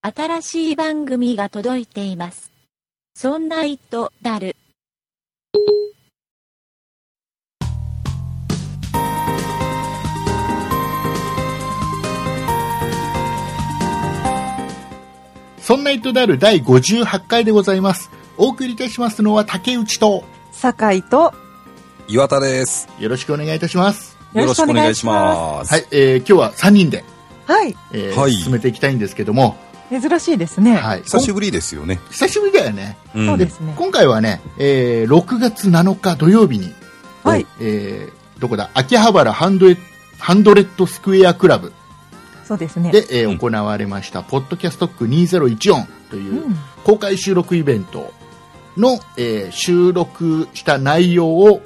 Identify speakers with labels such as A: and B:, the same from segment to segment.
A: 新しい番組が届いています。そんな糸だる。
B: そんな糸である第58回でございます。お送りいたしますのは竹内と、
C: 酒井と、
D: 岩田です。
B: よろしくお願いいたします。
C: よろ
D: よろ
C: し
D: し
C: く
D: く
C: お
D: お
C: 願
D: 願
C: い
D: い
C: し
D: し
C: ま
D: ます。
B: はい、えー今日は3人で、
C: はい、
B: えー
D: はい
B: 進めていきたいんですけども、
C: 珍しいですね。
B: はい、
D: 久し
B: こん
D: ぶりですよね。
B: 久しぶりだよね。
D: うん
C: そうですね。
B: 今回はね、えー6月7日土曜日に、
C: はい、
B: えーどこだ、秋葉原ハンドレハンドレッドスクエアクラブ
C: そうですね。
B: で、えー
D: うん
B: 行われました、ポッドキャストック2014というう、
C: ん、
B: 公開収録イベントの、えー収録した内容を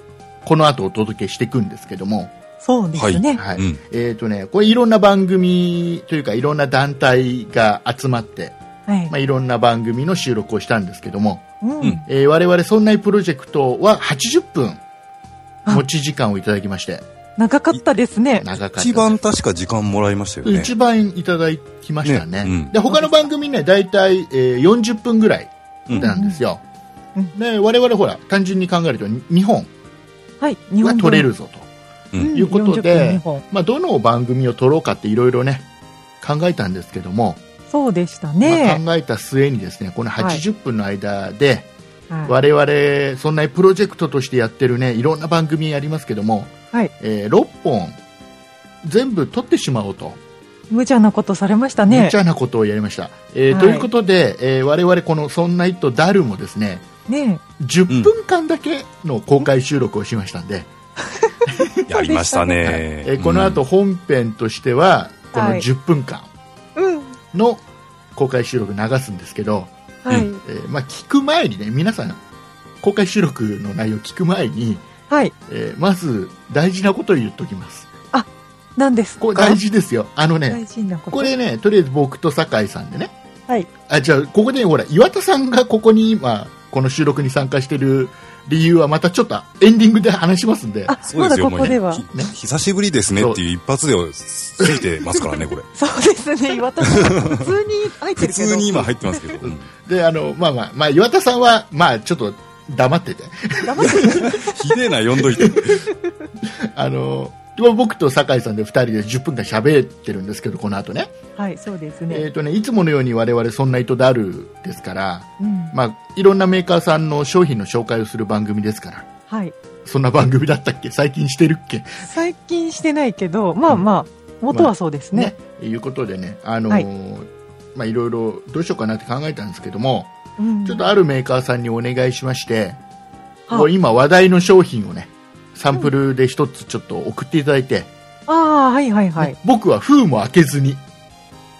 B: この後お届けしていくんですけども、
C: そうですね。
B: はい
D: うん
B: えっ、とね、これいろんな番組というかいろんな団体が集まって、
C: はい
B: まあ、いろんな番組の収録をしたんですけども、
C: うん
D: うん
B: えー我々そんないプロジェクトは80分
C: あ
B: 持ち時間をいただきまして、
C: 長かったですね。
B: 長かったです
D: 一番確か時間もらいましたよね。
B: 一番いただきましたね
D: ねうん
B: で他の番組ね大体、えー、40分ぐらいなんですよ、
C: うん
B: で我々ほら単純に考えると2本
C: はい、日
B: は
C: 本
B: 取れるぞと、
C: と
D: と
B: いうことで
C: 本
B: まあ、どの番組を取ろうかっていろいろね考えたんですけども、
C: そうでした
B: まあ
C: ね。
B: 考えた末にですねこの80分の間で、
C: はい
B: 我々そんなプロジェクトとしてやってるねいろんな番組ありますけども、
C: はい
B: えー6本全部取ってしまおうと、
C: 無茶なことされました
B: 無
C: ね。
B: 茶なことをやりました、えー
C: はい
B: ということで、えー我々この「そんな糸ダル」もですね
C: ね
B: 10分間だけの公開収録をしましたんで、
D: やりましたね。
B: えーこの後本編としてはこの
C: はい
B: 10分間
C: うん。
B: の公開収録流すんですけど、
C: はい。
B: えーまあ、聞く前にね皆さん公開収録の内容を聞く前に、
C: はい。
B: えーまず大事なことを言っておきます
C: 何ですか
B: これ大事ですよあのね
C: 大事なこと。
B: これねとりあえず僕と酒井さんでね
C: はい。
B: あじゃあここでほら岩田さんがここに今この収録に参加してる理由はまたちょっとエンディングで話しますんで
C: あ、
D: うん
C: まだここで。は
D: も。うねひ久しぶりですねっていう一発で過ぎてますからね、これ。
C: そうです ね。私、普通に入ってるけ
D: 普
C: ど。
D: 通に今入ってますけど。うん
B: であのまあまあまあ岩田さんはまあちょっと黙ってて
C: 黙って
D: ひでえな、読んどいて。
B: あの僕と酒井さんで2人で10分間喋ってるんですけどこの後ね
C: はい、そうです
B: え
C: ね。
B: ーとね、いつものように我々そんな糸であるですから、
C: うん。
B: まあ、いろんなメーカーさんの商品の紹介をする番組ですから、
C: はい。
B: そんな番組だったっけ最近してるっけ
C: 最近してないけど、まあまあ、元はそうです
B: ね
C: ね。。
B: いうことでね、あのーまあ、いろいろどうしようかなって考えたんですけども、
C: うん
B: ちょっとあるメーカーさんにお願いしまして、
C: はい
B: もう今話題の商品をね、サンプルで一つちょっと送っていただいて、
C: ああ、はいはいはい。
B: 僕は封も開けずに、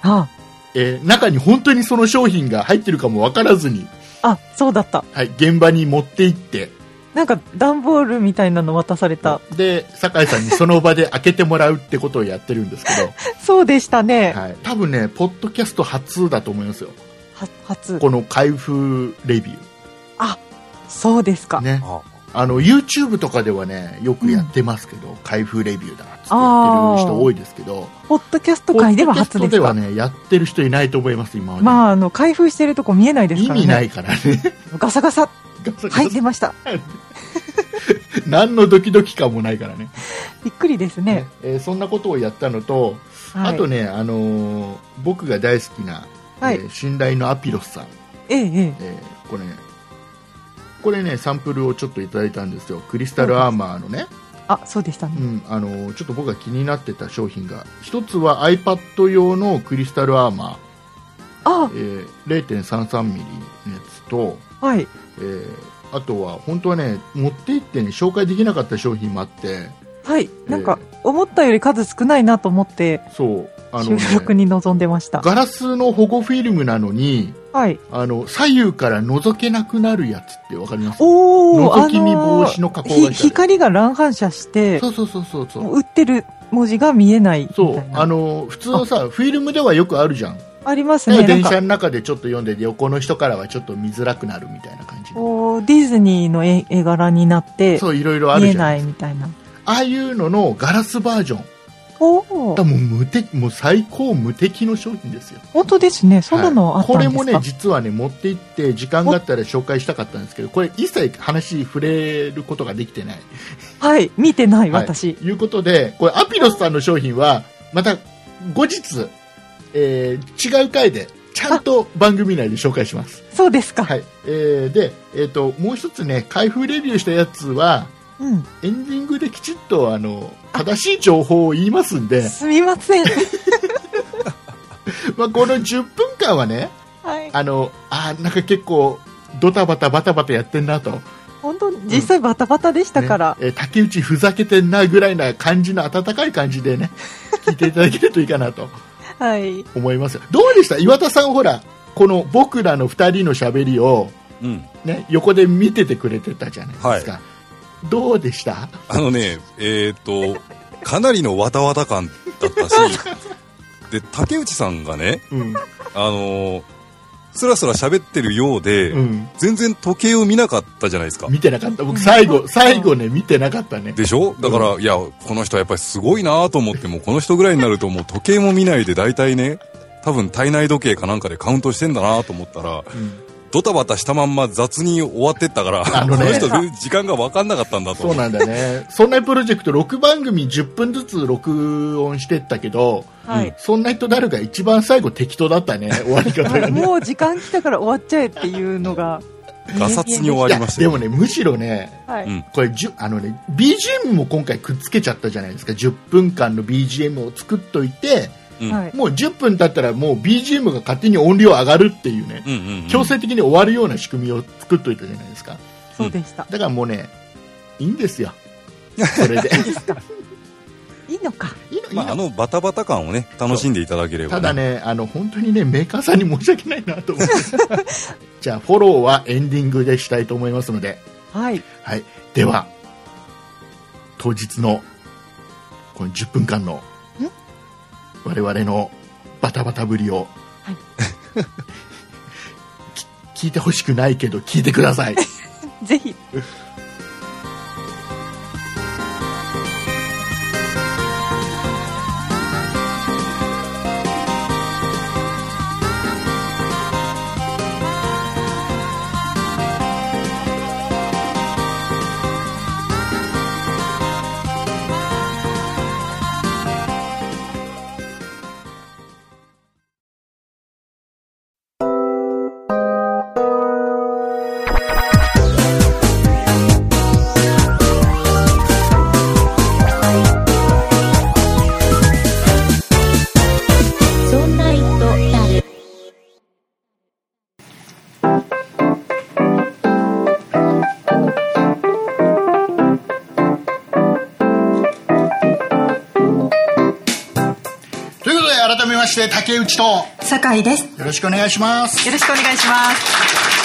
C: あ
B: えー中に本当にその商品が入ってるかもわからずに、
C: あ、あ、そうだった。
B: はい、現場に持って行って、
C: なんか、段ボールみたいなの渡された。
B: で酒井さんにその場で開けてもらうってことをやってるんですけ ど、
C: そうでしたね。
B: はい、多分ねポッドキャスト初だと思いますよ
C: は、初。
B: この開封レビュ
C: そうですか。
B: ー、ね、
D: あ
B: あの YouTube とかではねよくやってますけど、開封レビューだっつってやってる人多いですけど
C: ポッドキャスト界では
B: ポ
C: 初
B: ッドキャスト
C: です
B: では
C: か。
B: ねやってる人いないと思います今まで、
C: まあ、あの、開封してるとこ見えないです
B: 意
C: からね。
B: 味ないからね
C: ガサ ガサ。
B: ガサガサ
C: はい、出ました。
B: 何のドキドキ感もないからね
C: びっくりですね。
B: えーそんなことをやったのと、
C: は
B: あ
C: い、
B: とね、あのー僕が大好きな、
C: はい
B: えー信頼のアピロスさん
C: ええ、ええ。
B: えーこれねこれねサンプルをちょっといただいたんですよクリスタルアーマーのね、
C: あ、そうでした
B: う
C: ね。
B: ん、あのちょっと僕が気になってた商品が一つは iPad 用のクリスタルアーマ
C: あ
B: ー、えー、0.33ミリのやつと、
C: はい。
B: えーあとは本当はね持って行ってね紹介できなかった商品もあって
C: はい。なんか、思ったより数少ないなと思って、
B: そうあの、
C: 収録
B: ね、
C: に臨んでました。
B: ガラスの保護フィルムなのに
C: はい。
B: あの左右から覗けなくなるやつってわかります
C: おー、
B: 覗き見防止の加工が
C: ひ
B: してある
C: 光が乱反射して、
B: そうそうそうそうそう
C: 打ってる文字が見えないみた
B: そう
C: いな。
B: あの普通のさフィルムではよくあるじゃん、
C: あります
B: ね
C: ね。な
B: 電
C: ん
B: 車
C: か
B: の中でちょっと読んでて横の人からはちょっと見づらくなるみたいな感じの
C: こうディズニーの絵絵柄になって、
B: そういろいろあ
C: 見
B: る
C: え
B: じゃん
C: な
B: あ
C: いみたいな。
B: あいうののガラスバージョン
C: お
B: だから
C: お。
B: もう無敵もう最高無敵の商品ですよ
C: 本当ですね。そんなのあったんですか、
B: はいこれもね実はね持って行って時間があったら紹介したかったんですけどこれ一切話触れることができてない
C: はい。見てない、
B: はい
C: 私。
B: いうことでこれアピロスさんの商品はまた後日、えー違う回でちゃんと番組内で紹介します、
C: そうですか。
B: はいえーで、えー、ともう一つね開封レビューしたやつは
C: うん。
B: エンディングできちっとあの正しい情報を言いますん で、
C: すみません。
B: まあ、この10分間はね
C: はい。
B: あのあーなんか結構ドタバタバタバタやってんなと、ね
C: 本当、実際バタバタでしたから。
B: えー竹内ふざけてんなぐらいな感じの温かい感じでね聞いていただけるといいかなと
C: はい。
B: 思いますよどうでした岩田さんほらこの僕らの2人のしゃべりを、
D: うん。
B: ね、横で見ててくれてたじゃないですか、
D: は
B: どうでした
D: あのね、えっ、と、かなりのわたわた感だったし、で、竹内さんがね、
B: うん、
D: あのースラスラ喋ってるようで、
B: うん、
D: 全然時計を見なかったじゃないですか。
B: 見てなかった僕最後最後ね見てなかったね
D: でしょだから、いや、この人はやっぱりすごいなと思って、もうこの人ぐらいになるともう時計も見ないで大体ね、多分体内時計かなんかでカウントしてんだなと思ったら、
B: うん
D: ドタバタしたまんま雑に終わってったから、
B: あ
D: こ
B: の
D: の
B: ね
D: 人全然時間が分かんなかったんだと
B: そ
D: 思
B: う
D: う。
B: なんだね。そんなプロジェクト6番組10分ずつ録音してったけど、
C: はい。
B: そんな人誰が一番最後適当だった ね、終わり方がね。
C: もう時間来たから終わっちゃえっていうのが。
D: ガサツに終わりまし
B: い
D: た
B: や
D: よ。
B: でもね、むしろね、
C: は
D: うん
C: い。
B: これじゅ、あのね、BGM も今回くっつけちゃったじゃないですか。10分間の BGM を作っといて、
D: うん
C: はい。
B: もう10分経ったらもう BGM が勝手に音量上がるっていうね、
D: うんうんうん
B: 強制的に終わるような仕組みを作っといたじゃないですか。
C: そうでした。
B: だからもうね、いいんですよ。そ れで。
C: いいのか。
B: いいのいいの
D: まあ、あのバタバタ感をね、楽しんでいただければ、
B: ただ。ね、あの本当にねメーカーさんに申し訳ないなと思 ってじゃあフォローはエンディングでしたいと思いますので、
C: はい。
B: はい、では当日のこの10分間の我々のバタバタぶりを、
C: はい
B: き聞いてほしくないけど聞いてくだ さい
C: ぜひ。
A: そんな糸だる。
B: ということで改めまして竹内と
E: 酒井です。よ
B: よろしくお願いします
E: ろしくお願いします。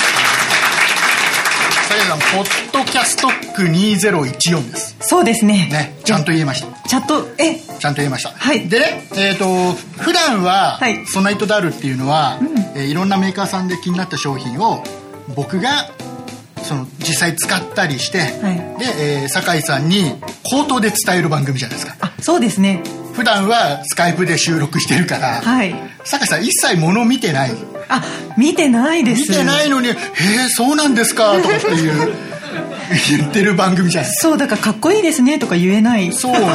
B: 竹内さん「ポッドキャストック2014」です
E: そうですね。
B: ねちゃんと言えました
E: チャット、え、
B: ちゃんと言いました、
E: はい
B: でね、えー、と普段は、
E: はい
B: ソナイトダルっていうのは、えーいろんなメーカーさんで気になった商品を僕がその実際使ったりして、
E: は
B: で、えー酒井さんに口頭で伝える番組じゃないですか
E: あ、そうですね。
B: 普段はスカイプで収録してるから、
E: はい。
B: 酒井さん一切物見てない
E: あ、見てないで
B: 見
E: す。
B: てないのに「へえそうなんですか」とかっていう 言ってる番組じゃないですか
E: そう、だからかっこいいですねとか言え ない。
B: そうなんで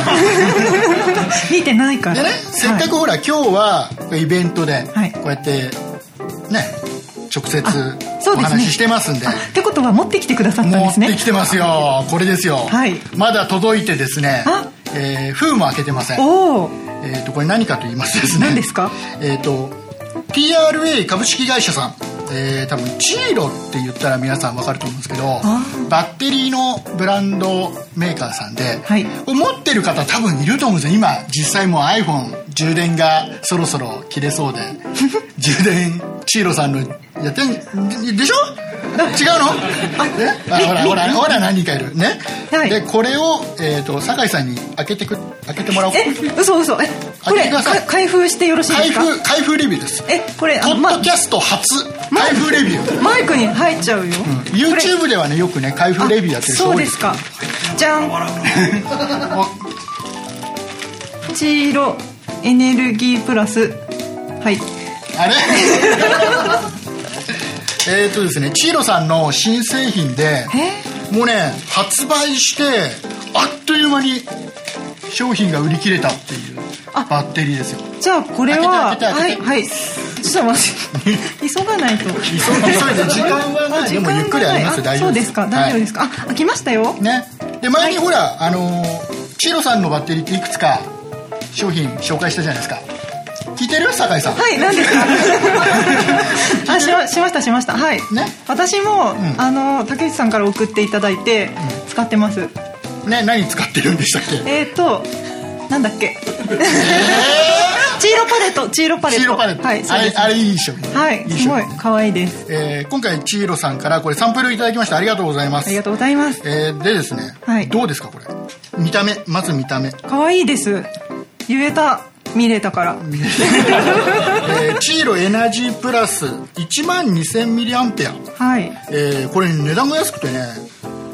B: す
E: 見てないから。
B: でね、せっかく
E: はい
B: ほら、今日はイベントで、
E: はい
B: こうやってね直接
E: そう
B: お
E: ですね
B: 話ししてますんで
E: あってことは持ってきてくださったん
B: 持
E: で
B: っ
E: すね。
B: てきてますよこれですよ、
E: はい
B: まだ届いてですね
E: あ、
B: えー封も開けてませんえっ、
E: おお、
B: とこれ何かと言いますとですね
E: 何ですか
B: えっ、と PRA 株式会社さんえー多分チーロって言ったら皆さん分かると思うんですけど
E: あ
B: バッテリーのブランドメーカーさんで、
E: はい
B: これ持ってる方多分いると思うんですよ今実際もう iPhone 充電がそろそろ切 れそうで充電チーロさんのやってんででしょ違うのねあほらほらほら何人かいるね、
E: はい
B: でこれを、えー、と酒井さんに開けてく開けてもらおう
E: え、嘘嘘、え、こ
B: 開けて
E: れ
B: ください
E: か開封してよろしいで
B: 開
E: すか。
B: 封開封レビューです
E: え、これ
B: ポ
E: あ
B: ッ
E: ま
B: ドキャスト初開封レビュー
E: マイクに入っちゃうよ。これ
B: YouTube ではねよくね開封 レビューやってる人
E: そう
B: 多い
E: ですか。じゃん。
B: お
C: ち色エネルギープラスはい
B: あれ えっとですね、チーロさんの新製品で、もうね、発売して、あっという間に商品が売り切れたっていうバッテリーですよ。
C: じゃあこれ
B: 開け
C: は
B: て
C: は
B: 開け
C: い
B: て
C: はいちょっと待って 急がないと
B: 急いで急いで時間はない。でもゆっくりありますよ大丈夫
C: そうですか大丈夫ですか、あ開きましたよ
B: ね、で前にほら、あのーチーロさんのバッテリーっていくつか商品紹介したじゃないですか聞いてる酒井さん、
C: はい何で すかあしましましたしましたはい、
B: ね
C: 私も、
B: ん
C: あの竹内さんから送っていただいて、使ってます
B: ね何使ってるんでしたっけ
C: えー、となんだっけ、チーロパレットチーロパレット
B: チーロパレット、
C: はいそ
B: あ
C: うで
B: れ
C: す
B: あれいい商品
C: はい
B: い
C: す
B: 商
C: ごい
B: 品
C: 可愛いです
B: えー今回チーロさんからこれサンプルいただきましてありがとうございま
C: あ
B: す
C: りがとうございます
B: えーでですね、
C: はい
B: どうですかこれ見た目まず見た目、
C: 可愛いです言えた見れたから
B: えーチーロエナジープラス1万2000ミリアンペア、
C: はい
B: えーこれ値段が安くてね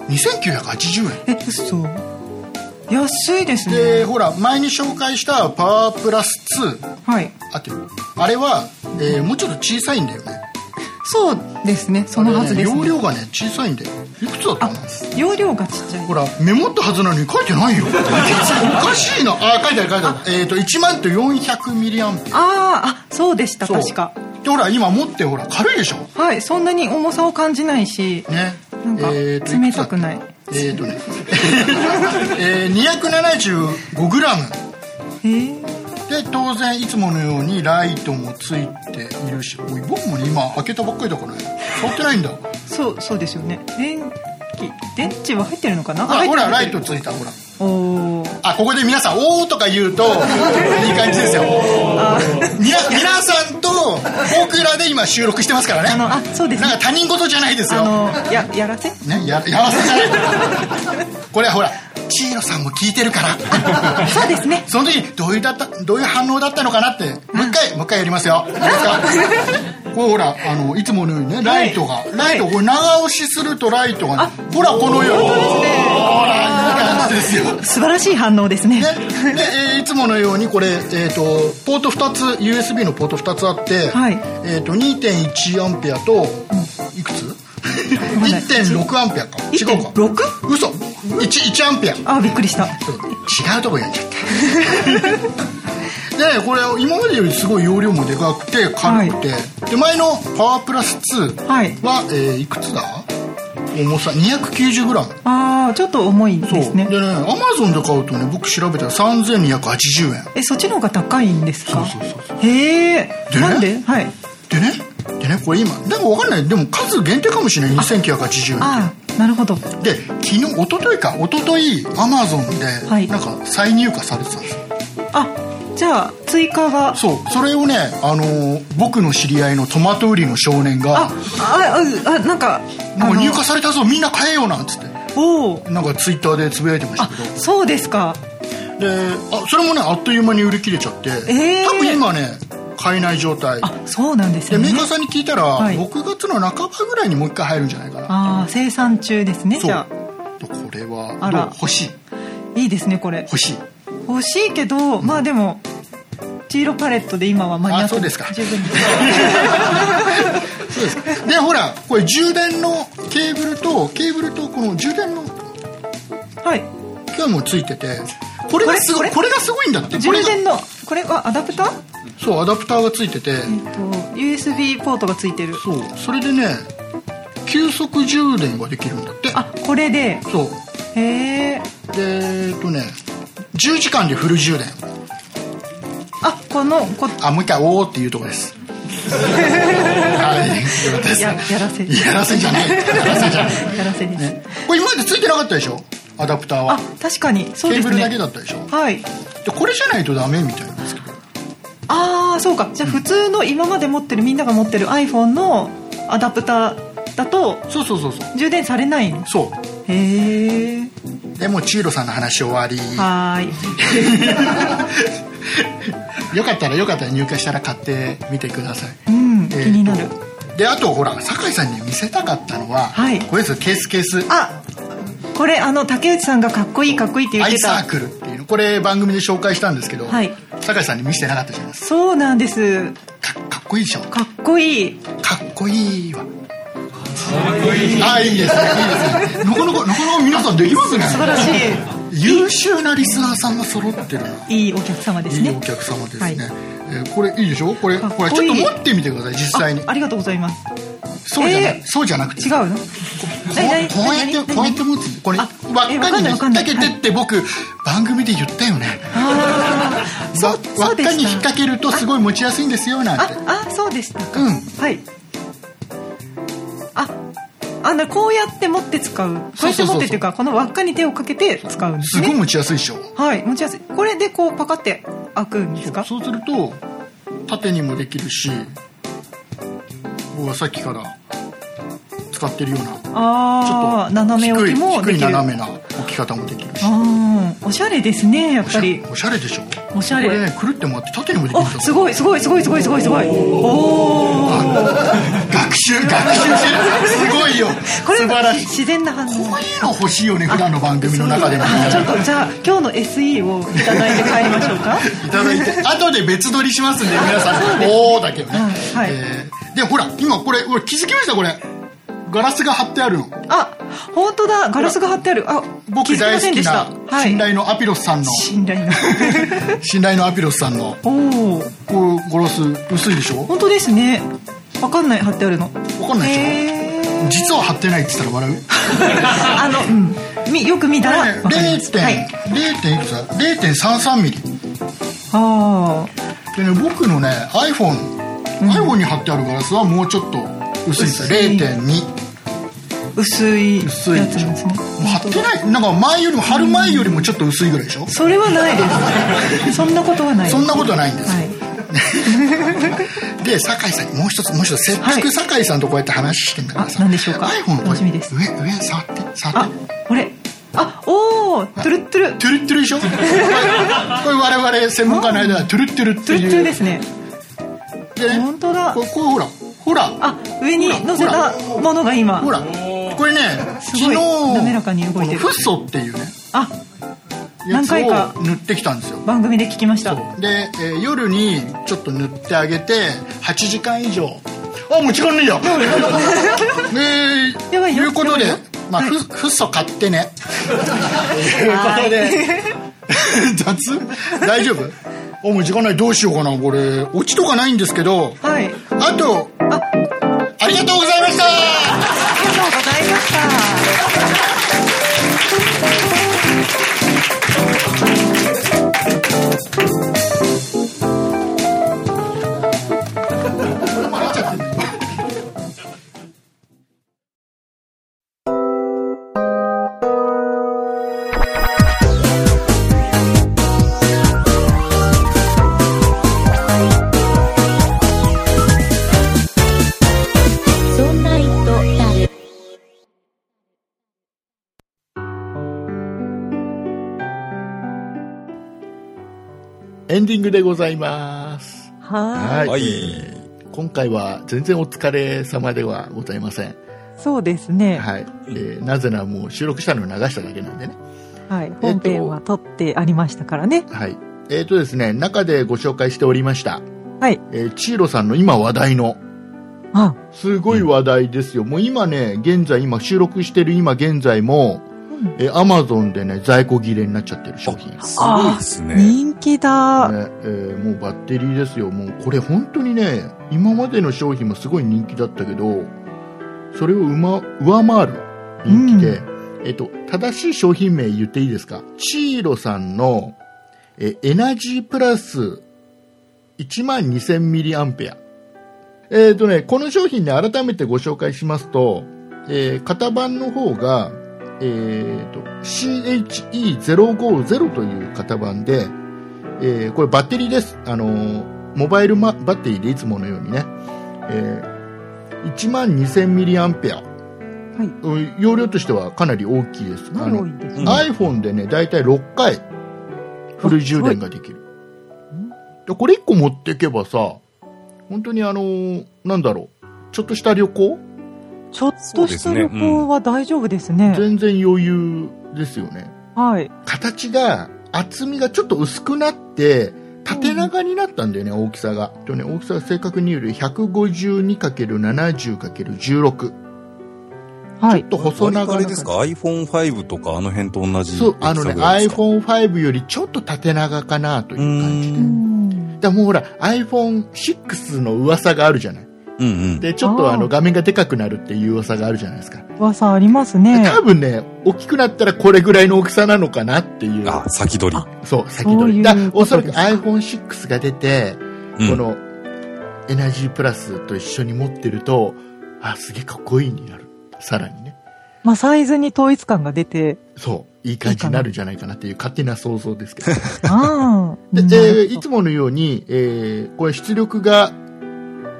B: 2980円
C: えそう安いですね
B: でほら前に紹介したパワープラス2
C: はい
B: あってるあれは、えーもうちょっと小さいんだよね
C: そうですねそのはずです、
B: あれね
C: ね、
B: 容量がね小さいんだよいくつだったの
C: 容量がちっちゃい
B: ほらメモったはずなのに書いてないよおかしいなあ書いてある書いてあるえっ、と1万と400ミリアンペ
C: あーあそうでした
B: そう
C: 確か
B: でほら今持ってほら軽いでしょ
C: はいそんなに重さを感じないし
B: ね
C: なんか
B: えーといくつだ
C: 冷たくない
B: えっ、とね えー、275グラム
C: えー、
B: で当然いつものようにライトもついているしおい僕もね今開けたばっかりだからね触ってないんだ
C: そうそうですよね電気電池は入ってるのかな
B: ほら
C: 入っ
B: ほ
C: てる
B: らラ
C: 入っ
B: イ
C: てる
B: トついたほら
C: おお
B: あここで皆さん「おー」とか言うといい感じですよみな皆さんと僕らで今収録してますからね
C: あのあそうですね
B: なんか他人事じゃないですよ
C: あのややらせ
B: ねややらせじゃないこれはほらチーロさんも聞いてる から
C: そうですね
B: その時にどういうだったどういう反応だったのかなってもう一回もう一回やりますよ。いいですかこれほらあのいつものようにねライトが、
C: はい
B: ライトこれ長押しするとライトが、ね、ほらこのようにほらいい感じですよ。
C: 素晴らしい反応ですね
B: ね、で、えーいつものようにこれ、えー、とポート2つ USB のポート2つあって、
C: はい
B: えー、と2.1アンペアと、いくつ
C: かんない
B: ?1.6 アンペアか違うか
C: 1.6?
B: 嘘1 1アンペア
C: あびっくりした
B: 違うとこやっち ゃったでこれ今までよりすごい容量もでかくて軽くて、で前のパワープラス2は、
C: はいい
B: えーいくつだ重さ 290g
C: ああちょっと重い
B: そう
C: ですね
B: でねアマゾンで買うとね僕調べたら3280円
C: えそっちの方が高いんですか
B: そうそうそう
C: へえ
B: で
C: なんではい
B: でねでねこれ今なんかわかんないでも数限定かもしれない2980円
C: ああなるほど
B: で昨日一昨日か一昨日アマゾン
C: はい
B: でなんか再入荷されてたんですよ、
C: あじゃあ追加が
B: そうそれをね、あのー僕の知り合いのトマト売りの少年
C: あ
B: が
C: あああなんか
B: 「なんか入荷されたぞみんな買えよ」なんつって
C: あのおお
B: なんかツイッターでつぶやいてました
C: あ
B: けど
C: そうですか
B: であそれもねあっという間に売り切れちゃって、
C: えー
B: 多分今ね買えない状態
C: あそうなんです
B: で
C: ね
B: メーカーさんに聞いたら、
C: はい
B: 6月の半ばぐらいにもう一回入るんじゃないかな
C: ああ生産中ですね
B: そう
C: じゃ
B: これは
C: あら
B: どう欲しい
C: あいいですねこれ
B: 欲しい
C: 欲しいけどまあでも黄色パレットで今は間に合って
B: あそうですか
C: 十分です
B: そうですでほらこれ充電のケーブルとケーブルとこの充電の
C: はい
B: 機械もついててこれがすごい
C: これ
B: これがすごいんだってこれ
C: 充
B: が
C: 電のこれはアダプター
B: そうアダプターがついてて、
C: えっと USB ポートがついてる
B: そうそれでね急速充電ができるんだって
C: あこれで
B: そう
C: へえ
B: でえっとね10時間でフル充電
C: あこのこ
B: あもう一回「おお」っていうとこです はいよかったです
C: ややらせ
B: やらせじゃないやらせじゃない
C: やらせです、
B: これ今までついてなかったでしょアダプターは
C: あ確かにそう
B: ケ
C: で
B: ー
C: す
B: ブ
C: ね
B: ルだけだったでしょ
C: はい
B: でこれじゃないとダメみたいなんですけど
C: ああそうかじゃあ普通の今まで持ってるみんなが持ってる iPhone のアダプターだと
B: そうそうそうそう
C: 充電されないの
B: そ
C: へえ
B: うでもうチーロさんの話終わり
C: はーい
B: よかったらよかったら入荷したら買ってみてください
C: うん気
B: えーと
C: になる
B: であとほら酒井さんに見せたかったのは、
C: はい
B: これですよケースケース
C: あこれあの竹内さんがかっこいいかっこいいって言っ
B: ア
C: て
B: イサー
C: た
B: クルっていうのこれ番組で紹介したんですけど、
C: はい
B: 酒井さんに見せてなかったじゃないです
C: そうなんです
B: かかかっこいいでしょか
C: かっこいい
B: っこいいわあいいですねいいですねなかなかなかなか皆さんできますね
C: 素晴らし
B: 優秀なリスナーさんが揃ってるない
C: いいお客様です
B: い
C: ね
B: お客様ですね、
C: はい
B: えーこれいいでしょこれ
C: かっ
B: ほ
C: こい
B: ら
C: い
B: ちょっと持ってみてください実際に
C: あありがとうございます
B: そうじゃない、
C: えー
B: そうじゃなくて
C: 違うの
B: こ
C: え何
B: こうやって
C: 何
B: こうやって持つこれ輪
C: あ
B: っか
C: えわか
B: に
C: んな
B: 引っ
C: いわかん
B: 掛
C: ない
B: けてって僕番組で言ったよね
C: あ ー
B: わ
C: そう
B: 輪
C: そ
B: っ
C: うで
B: かに引っ
C: した
B: 掛けるとすごい持ちやすいんですよなんて
C: ああそうでしたか、
B: うん
C: はいああなこうやって持って使うこうやって持ってっていうかこの輪っかに手をかけて使うんです
B: すごい
C: ね
B: 持ちやすいでしょ
C: はい持ちやすいこれでこうパカって開くんですか
B: そうすると縦にもできるし僕はさっきから使ってるような
C: ああ
B: 低
C: 斜め置
B: い
C: きも
B: 低
C: で
B: い
C: きるあ
B: 斜めな置き方もできるし
C: あーおしゃれですねやっぱり
B: おしゃれでしょ
C: おしゃれ
B: これねくるって回って縦にもできる
C: あ
B: んです
C: す
B: よ
C: ごいすごいすごいすごいすごいすごいおお
B: 学習学習してるすごいよ
C: これ
B: 素晴らしい
C: 自然な反応
B: こういうの欲しいよね普段の番組の中でも
C: あちょっとじゃあ今日の SE をいただいて帰りましょうか
B: いただいて後で別撮りしますんで皆さんおおだけどね、
C: うんはい
B: えーでほら今これ俺気づきましたこれガラスが貼ってあるの
C: あ本当だガラスが貼ってあるあ気
B: 僕
C: づき
B: 大
C: ませ
B: 好
C: ん
B: き
C: でした
B: な信頼のアピロスさんの
C: 信頼の
B: 信頼のアピロスさんの
C: おお
B: こうガラス薄いでしょ
C: 本当ですねわかんない貼ってあるの
B: わかんないでしょ
C: へー
B: 実は貼ってないって言ったら笑う
C: あの、うん、みよく見たらわ
B: こ
C: か
B: れ
C: り
B: ね
C: ますはい
B: 0.0点いくつだ0.33ミリ
C: あ
B: でね僕のね iPhone、iPhone に貼ってあるガラスはもうちょっと薄いんですよ
C: 薄い
B: 0.2
C: ー薄いやつ
B: 薄い
C: なん
B: で
C: で
B: しょ、
C: す
B: も
C: ね
B: う貼ってないなんか前よりも貼る前よりもちょっと薄いぐらいでしょ、
C: それはないで すそんなことはない
B: そんなことはないんですよ、
C: はい
B: で酒井さんにもう一つもう一つせっか
C: は
B: く
C: い
B: 酒井さんとこうやって話してんだからさ、
C: あ何でしょうか
B: iPhone これ
C: 楽しみです
B: 上上触って触っ
C: あ
B: て
C: これあおおトゥルットゥル
B: トゥルットゥル でしょこれ我々専門家の間ではトゥルットゥルって
C: トゥル
B: い
C: ッ
B: う
C: トゥルですね
B: でね
C: 本当だ
B: こうこうほらほら
C: あ上に乗せたものが今
B: ほらこれね昨
C: す
B: 日
C: ごい滑らかに動いてる
B: このフッ素っていうね
C: あ
B: や
C: 何
B: つ
C: 回か
B: を塗ってきたんですよ
C: 番組で聞きました
B: で、えー夜にちょっと塗ってあげて8時間以上あもう時間 ねえやで
C: やばいよ
B: いうことで
C: やばいよ
B: まあ、
C: はい
B: フッフッ素買ってねということで 雑大丈夫あもう時間ないどうしようかなこれオチとかないんですけど
C: はいありが
B: あと
C: あ
B: ありがとうございました
C: とうございました
A: そんな糸だる。
B: エンディングでございます
F: は
B: はい、
D: はい
B: えー今回は全然お疲れ様ではございません
F: い。そうですね。はい。
B: はい、えーなぜならもう収録したのを流しただけなんでね。
F: 本編は撮ってありましたからね。
B: はい。えっ、とですね、中でご紹介しておりました、
F: はい。
B: えー、チーロさんの今話題の、
F: あ、
B: すごい話題ですよ。もう今ね、現在、今収録してる今現在も、
F: ん
B: えー、アマゾンでね、在庫切れになっちゃってる商品。ね
D: すごいですね。
F: 人気だ。
B: えーもうバッテリーですよ。もうこれ本当にね、今までの商品もすごい人気だったけど、それをうま上回る人気で、えっと、正しい商品名言っていいですかチーロさんの、え、エナジープラス12000ミリアンペア。えっ、とね、この商品ね、改めてご紹介しますと、えー型番の方が、えっ、と、CHE050 という型番で、えーこれバッテリーです。あのーモバイルまバッテリーでいつものようにね、えー、1万2000ミリアンペア。うん容量としてはかなり大きいです。あ
F: 何
B: の
F: 多いんです
D: うん
F: か
B: iPhone でね、だいたい6回フル充電ができる。でこれ1個持ってけばさ、本当にあのーなんだろう、ちょっとした旅行
F: ちょっとした旅行は大丈夫ですね。
B: 全然余裕ですよね。
F: はい。
B: 形が、厚みがちょっと薄くなって、縦長になったんだよね、大きさが。とね、大きさが正確に言うと 152×70×16。
C: はい。
B: と細
D: 割り
B: 長
D: 替
B: な
D: えですか ?iPhone5 とかあの辺と同じ。
B: そう、あのね、
D: 大きさぐらいですか
B: iPhone5 よりちょっと縦長かなという
D: うー
B: 感じで。
D: ん。
B: だからもうほら、iPhone6 の噂があるじゃない。
D: うんうん。
B: で、ちょっと
C: あー
B: あの、画面がでかくなるっていう噂があるじゃないですか。
C: 噂ありますね。
B: 多分ね、大きくなったらこれぐらいの大きさなのかなっていう。
D: あ、先取り。
B: そう、先取り。
C: そ
B: だ
C: ういう
B: おそら
C: こ
B: く
C: とですか
B: iPhone6 が出て、
D: うん
B: このエナジープラスと一緒に持ってると、あ、すげえかっこいいになる。さらにね。
C: まあ、サイズに統一感が 出て。
B: そう、いい感じになるんじゃないかなっていう勝手な想像ですけど。
C: ああ。
B: で、
C: な
B: えー
C: るほ
B: いつものように、えーこれ出力が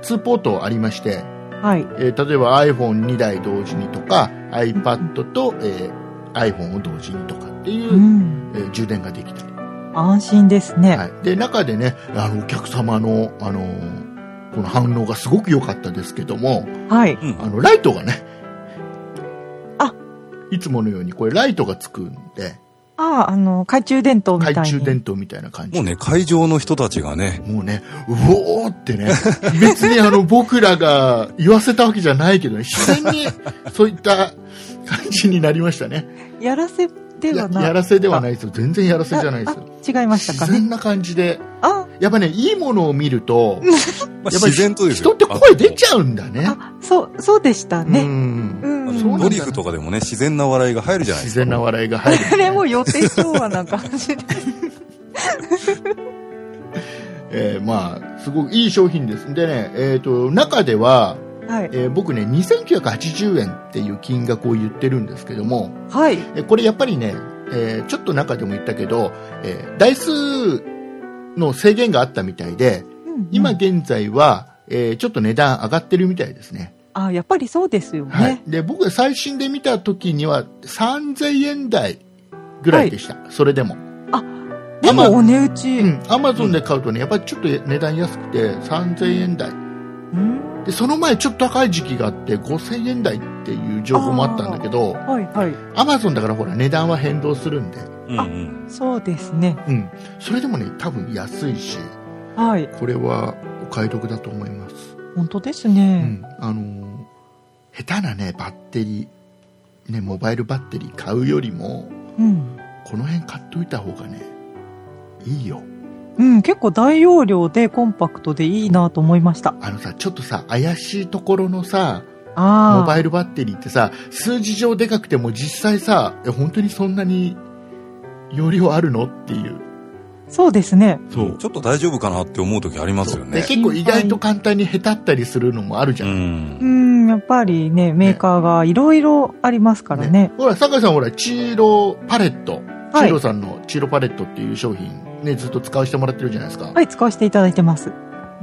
B: 2ポートありまして、
C: どはい。
B: えー例えば iPhone2 台同時にとか、iPad と、えー iPhone を同時にとかっていうう、
C: ん。
B: えー充電ができたり。
C: 安心ですね。
B: はい。で、中でね、あの、お客様の、あのー、この反応がすごく良かったですけども、
C: はい。
D: うん
B: あの、ライトがね、
C: あ
B: いつものようにこれライトがつくんで、
C: ああ、あの、懐中電灯みたいに。
B: 懐中電灯みたいな感じ
D: もうね、会場の人たちがね、
B: もうね、うおーってね、別にあの僕らが言わせたわけじゃないけどね、自然にそういった感じになりましたね。
C: やらせでは
B: や
C: ない。
B: やらせではない
C: い。
B: ですよ。全然やらせじゃないですよ。
C: あ違いました
B: 自
C: かね。
B: 然な感じで。
C: あ、
B: やっぱね、いいものを見ると、
D: まあ
B: やっぱ
D: 自
B: り
D: 然とです
B: 人
D: よ。
B: って声出ちゃうんだね。
C: あ、そう、そうでした
B: う
C: ね。
B: ん。
C: うん。
D: あ
B: そうなんだ
D: ドリフとかでもね、自然な笑いが入るじゃないで
B: 自
D: すか。
B: 然な笑いが入る。
C: あれも予定調和な感じで。
B: えーまあ、すごくいい商品です。でね、えっ、と、中では、
C: はい。
B: えー僕ね、2980円っていう金額を言ってるんですけども、
C: はい。
B: えこれやっぱりね、えーちょっと中でも言ったけど、えー台数の制限があったみたいで、
C: うん
B: 今
C: うん
B: 現在は、えーちょっと値段上がってるみたいですね。
C: あ、やっぱりそうですよ
B: はい
C: ね。。
B: で、僕が最新で見た時には3000円台ぐらいでした。それでも。
C: で
B: まあ
C: も、お値打ち。
B: うん。アマゾンで買うとね、やっぱりちょっと値段安くて3000円台。
C: うん
B: で、その前ちょっと高い時期があって5000円台っていう情報もあったんだけど、
C: はい、はい。
B: アマゾンだからほら値段は変動するんで、
D: うんうん。
C: そうですね。
B: うん。それでもね、多分安いし、
C: はい。
B: これはお買い得だと思います、
C: 本当です
B: う
C: ね。
B: んあのー下手なねバッテリー、ね、モバイルバッテリー買うよりも
C: うん。
B: この辺買っといた方がねいいよ
C: うん、結構大容量でコンパクトでいいなと思いました。
B: あのさちょっとさ怪しいところのさ
C: ああ。
B: モバイルバッテリーってさ数字上でかくても実際さえ本当にそんなに容量あるのっていう
C: そうですね。
B: そう
D: ちょっと大丈夫かなって思う時ありますよ
B: で
D: ね。
B: 結構意外と簡単に下手ったりするのもあるじゃ、
D: うん。
C: うんん、やっぱりね、メーカーがいろいろありますからね。
B: ほら、酒井さんほら、チーロパレット。
C: はい
B: チーロさんのチーロパレットっていう商品、ね、ずっと使わせてもらってるじゃないですか。
C: はい、使わせていただいてます。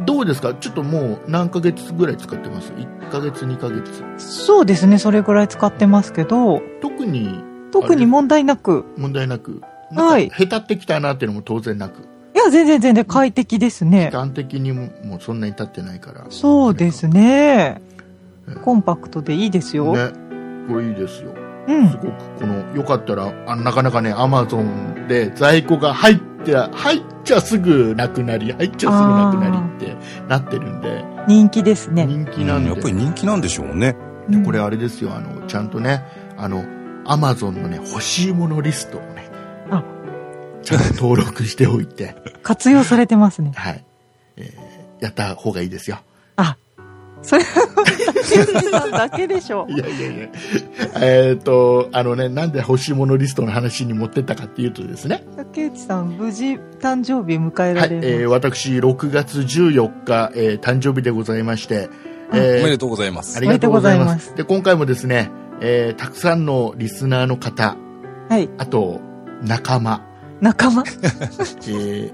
B: どうですかちょっともう何ヶ月ぐらい使ってます ?1 ヶ月、2ヶ月。
C: そうですね、それぐらい使ってますけど、
B: 特に
C: 特に問題なく。
B: 問題なく。
C: は
B: なん
C: い
B: か、下手ってきたなっていうのも当然なく。
C: いや、全然全然快適です
B: 時
C: ね。
B: 間的にももうそんなに経ってないから。
C: そうですね。コンパクトでいいですよ。
B: ね。これいいですよ。
C: う
B: す
C: ん。
B: ごく、この、よかったら、あなかなかね、アマゾンで在庫が入って、入っちゃすぐなくなり、入っちゃすぐなくなりってなってるんで、
C: 人気ですね。
B: 人気なん
D: うん
B: で。
D: やっぱり人気なんでしょうね。
B: で
C: うん
B: これあれですよあのちゃんとねあのアマゾンのね欲しいものリストをね
C: あ
B: ちゃんと登録しておいて
C: 活用されてます ね。
B: はい、えーやった方がいいですよ
C: あ、それは、 竹内さんだけでしょ。
B: いやいやいやえっとあのねなんで欲しいものリストの話に持ってったかっていうとですね、
C: 竹内さん、無事、誕生日迎えら
B: は
C: れ
B: いえ
C: る、
B: ー私6月14日、えー誕生日でございまして、え
D: おめ
B: ー
D: でとうございま
B: あ
D: す
B: り。がとうござい
C: おめで
B: ま
C: とうございます
B: すで今回もですね、えーたくさんのリスナーの方
C: はい。
B: あと仲間
C: 仲間。
B: えー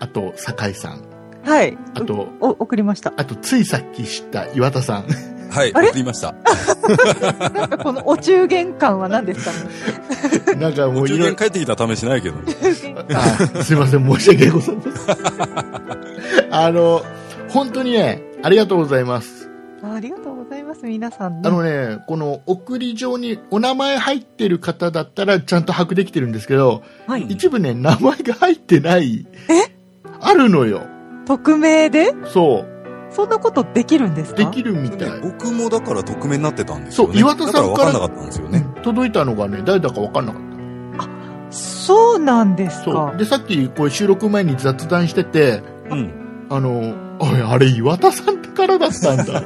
B: あと、酒井さん。
C: はい。
B: あと、
C: お、送りました。
B: あと、ついさっき知った岩田さん。
D: はい、
C: あれ
D: 送りました。
C: なんかこのお中元感は何ですかね。
B: なんかも
D: お
B: うい
D: 中
B: ろい
D: 元
B: ろ
D: 帰ってきたためしないけど。
B: あすいません、申し訳ございませ ん。あの、本当にね、ありがとうございます。
C: あありがとうござい
G: ます皆さんね
B: あのね、この送り状にお名前入ってる方だったらちゃんと把握できてるんですけど、
C: はい
B: 一部ね、名前が入ってない。あるのよ。
C: 匿名で
B: そう。
C: そんなことできるんですか
B: できるみたい。
D: 僕もだから匿名になってたんですよ、ね。
B: そう岩田さんから
D: だから分かんなかったんですよね。
B: 届いたのがね、誰だか分かんなかった。
C: そうなんです
B: そ
C: か
B: う。で、さっき、こう、収録前に雑談してて、
D: うん。
B: あの、おい、あれ、岩田さんからだったん だ。は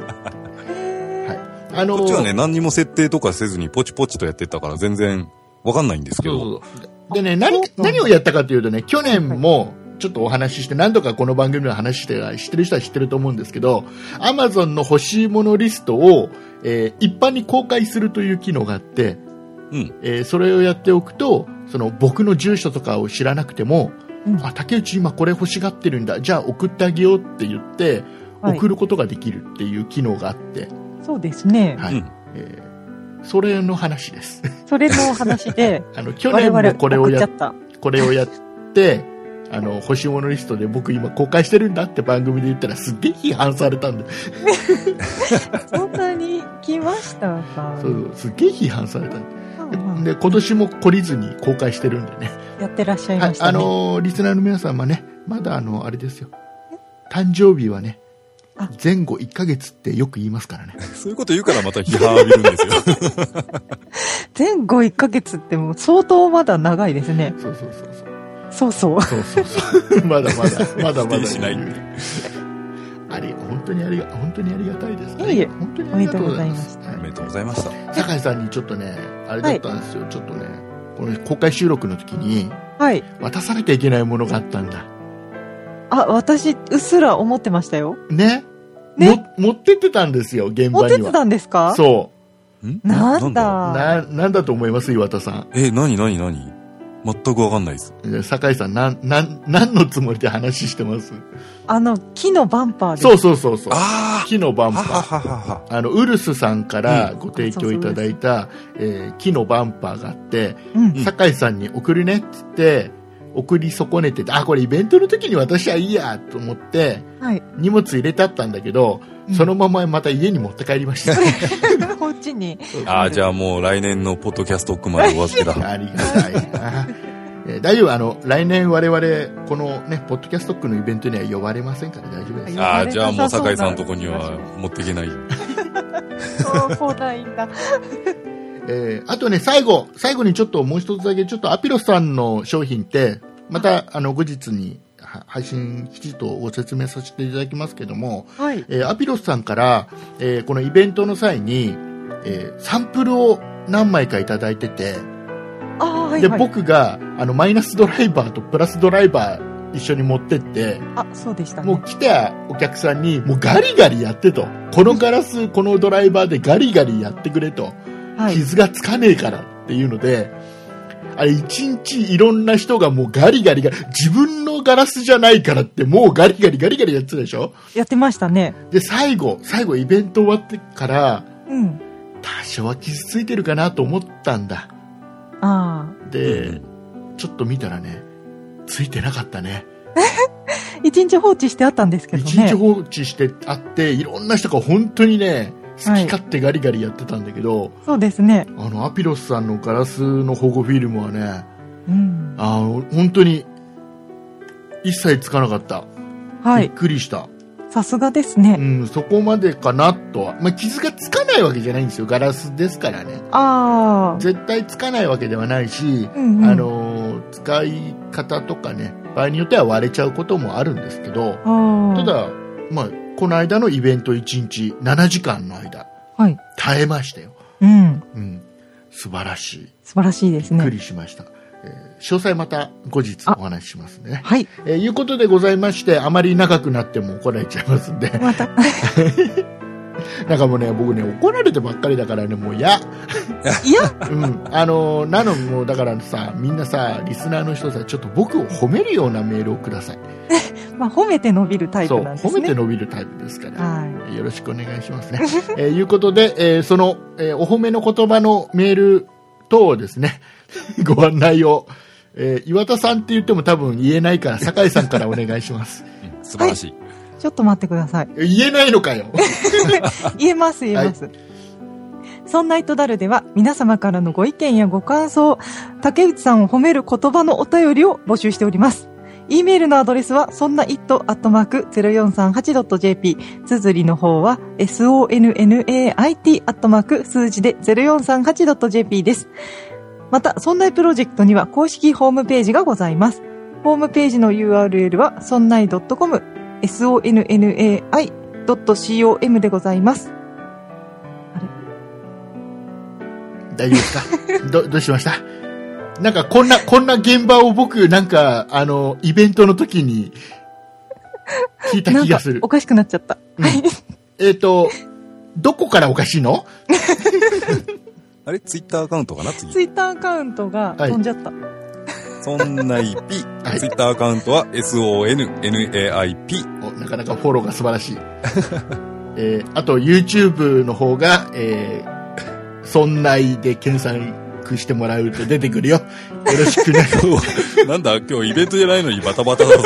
B: い。あの、
D: こっちはね、何にも設定とかせずにポチポチとやってたから全然わかんないんですけ
B: そう
D: ど。
B: そうそう。でね、何、何をやったかというとね、去年も、ちょっとお話しして、何度かこの番組の話して、知ってる人は知ってると思うんですけど、アマゾンの欲しいものリストを、えー一般に公開するという機能があって、
D: うん
B: えーそれをやっておくと、その僕の住所とかを知らなくても、
C: うん
B: あ、竹内今これ欲しがってるんだ、じゃあ送ってあげようって言って、
C: はい
B: 送ることができるっていう機能があって、
C: そうですね。
B: はい。
D: うん
B: えーそれの話です。
C: それのお話で、
B: あの、 去
C: 我
B: 年も
C: 々
B: これを
C: 送っ
B: や
C: ち
B: っ
C: ゃった。
B: これをやって、あの、欲しいものリストで僕今公開してるんだって番組で言ったらすっげえ批判されたんで、
C: そんなに来ましたか
B: そうそうすっげえ批判されたん
C: まあまあ
B: で、で今年も懲りずに公開してるんでね。
C: やってらっしゃい
B: は
C: ま
B: い、
C: した
B: あ
C: ね。
B: のー、リスナーの皆様ね、まだあの、あれですよ。誕生日はね
C: あ、
B: 前後1ヶ月ってよく言いますからね。
D: そういうこと言うからまた批判浴びるんですよ。
C: 前後1ヶ月ってもう相当まだ長いですね。
B: そうそうそうそう。
C: そうそう。
B: そうそうそう。まだまだ、まだまだ。
D: 否定しないってい
B: あり、本当にありが、本当にありがたいですね。
C: いえいえ
B: 本当にありがとうございます。
D: おめでとうございました。
B: 酒井さんにちょっとね、あれだったんですよ、ちょっとね、この公開収録の時に、
C: はい。
B: 渡さなきゃいけないものがあったんだ。
C: あ、私、うっすら思ってましたよ。
B: ね
C: ね
B: も持ってってたんですよ、現
C: 持
B: 場
C: って
B: に
C: て
B: は。
C: たんですか
B: そ
C: なん
B: う。
C: だ
B: な、なんだと思います、岩田さん。
D: え、なになになに全くわかんないです。
B: 酒井さん、なん、なん、何のつもりで話してます
C: あの、木のバンパーです。
B: そうそうそうそう。
D: あ
B: 木のバ
D: あ
B: ンパ
D: はは
B: ー。
D: ははは。
B: あの、ウルスさんからご提
C: う
B: 供
C: ん
B: いただいた、えー木のバンパーがあって、
C: うん。
B: 酒井さんに送るねって言って、送り損ねてて、あ、これイベントの時に私はいいやと思って、
C: はい。
B: 荷物入れてあったんだけど、
C: うん
B: そのまままた家に持って帰りました。
C: こっちに。
D: ああ、じゃあもう来年のポッドキャスト奥まで終わってだ。
B: ありがたいな。えー大丈夫、あの、来年我々、このね、ポッドキャストックのイベントには呼ばれませんから大丈夫です。
D: ああ、じゃあもう酒井さんのとこには持っていけ ない。
C: そう、来ないんだ。
B: えーあとね、最後、最後にちょっともう一つだけ、ちょっとアピロスさんの商品って、また、あの、後日には配信きちっとご説明させていただきますけども、
C: はい。
B: えーアピロスさんから、えーこのイベントの際に、えーサンプルを何枚かいただいてて、
C: ああ、はい、
B: で、
C: はい。
B: 僕が、あの、マイナスドライバーとプラスドライバー一緒に持ってって、
C: あ、そうでしたね。
B: もう来たお客さんに、もうガリガリやってと。このガラス、このドライバーでガリガリやってくれと。
C: はい。
B: 傷がつかねえからっていうので、あれ一日いろんな人がもうガリガリが、自分のガラスじゃないからってもうガリガリガリガリやってたでしょ
C: やってましたね。
B: で、最後、最後イベント終わってから、
C: うん。
B: 多少は傷ついてるかなと思ったんだ。
C: あ
B: で、
D: う
B: ちょっと見たらね、ついてなかったね。
C: あ。一日放置してあったんですけど
B: 一
C: ね
B: 日。放置してあって、いろんな人が本当にね、好き勝手ガリガリやってたんだけど、
C: そうですね。
B: あの、アピロスさんのガラスの保護フィルムはね、
C: うん。
B: あの、本当に、一切つかなかった。
C: は
B: び
C: い
B: っ。くりした。
C: さすがです
B: う
C: ね。
B: ん、そこまでかなとは。まあ、傷がつかないわけじゃないんですよ。ガラスですからね。
C: ああ。
B: 絶対つかないわけではないし、
C: うんうん
B: あのー、使い方とかね、場合によっては割れちゃうこともあるんですけど、
C: ああ。
B: た。だ、まあ、この間のイベント1日7時間の間、
C: はい。
B: 耐えましたよ。
C: うん。
B: うん。素晴らしい。
C: 素晴らしいです
B: びっく
C: ね。
B: りしました。えー詳細また後日お話ししますね。
C: はい。
B: えーいうことでございまして、あまり長くなっても怒られちゃいますんで、
C: また。
B: なんかもうね、僕ね、怒られてばっかりだからね、もう嫌。
C: いや、
B: うん。あのーなの、もうだからさ、みんなさ、リスナーの人さ、ちょっと僕を褒めるようなメールをください。
C: まあ、褒めて伸びるタイ
B: そ
C: プ
B: う、
C: なんですね。
B: 褒めて伸びるタイプですから。
C: は
B: よろしくお願いしますね。 えーいうことで、えーその、えーお褒めの言葉のメール等をですね、 ご案内を、えー岩田さんって言っても多分言えないから、酒井さんからお願いします。
D: ん素晴らしい。
C: ちょっと待ってください。
B: 言えないのかよ。
C: 言えます、言えます。そんな糸だるでは皆様からのご意見やご感想、竹内さんを褒める言葉のお便りを募集しております。e メールのアドレスは、そんな it.0438.jp。綴りの方は、sonnait. 数字で 0438.jp です。また、そんないプロジェクトには公式ホームページがございます。ホームページの URL は、そんない .com、sonnai.com でございます。
B: 大丈夫ですかど、どうしましたなんかこんな、こんな現場を僕、なんか、あの、イベントの時に、聞いた
C: なん
B: 気が
C: か
B: する
C: お。かしくなっちゃった。はい。
B: えっ、と、どこからおかしいの
D: あれツイッターアカウントかな次
C: ツイッターアカウントが飛んじゃった。
D: そんない P
B: はい。
D: ツイッターアカウントは SONNAIP。
B: おなかなかフォローが素晴らしい。 えーあと YouTube の方が、えー、そんないで検索してもらうと出てく るよ。よろしくね。
D: なんだ今日イベントじゃないのにバタバタ だぞ。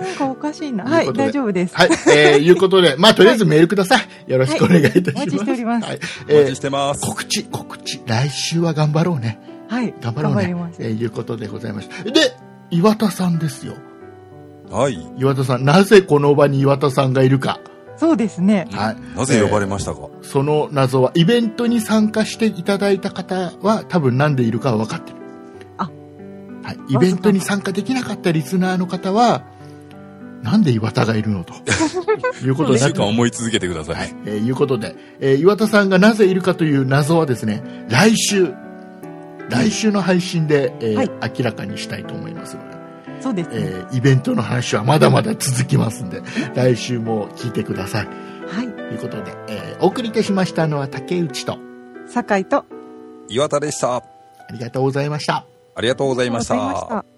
C: なんかおかしいな。
B: と
C: は
B: う
C: いい、
B: ことで
C: 大丈夫です。
B: はい、えー、いうことで、まあ、とりあえずメールください。よろしくお願いいたします。
C: はいお待ちしております
B: はい、
D: お待
B: え
D: ち
B: ー
D: してます。
B: 告知、告知。来週は頑張ろうね。
C: はい、
B: 頑張ろうね。
C: ります。
B: えーいうことでございました。で、岩田さんですよ。
D: はい。
B: 岩田さん、なぜこの場に岩田さんがいるか。
C: そうですね。
B: はい。
D: なぜ呼ばれましたか、
B: その謎は、イベントに参加していただいた方は、多分なんでいるかは分かってる。
C: あ
B: はい。イベントに参加できなかったリスナーの方は、なんで岩田がいるの と。いうことに
D: 一
B: なっ
D: 週
B: てま
D: 間
B: す
D: 思い続けてください。
B: はい、えーいうことで、えー岩田さんがなぜいるかという謎はですね、来週、来週の配信で、えー
C: はい
B: 明らかにしたいと思いますので、
C: そうですね。
B: えーイベントの話はまだまだ続きますんで、来週も聞いてください。
C: はい。
B: ということで、えーお送りいたしましたのは竹内と、
C: 酒井と、
D: 岩田でした。
B: ありがとうございました。
D: ありがとうございました。
C: ありがとうございました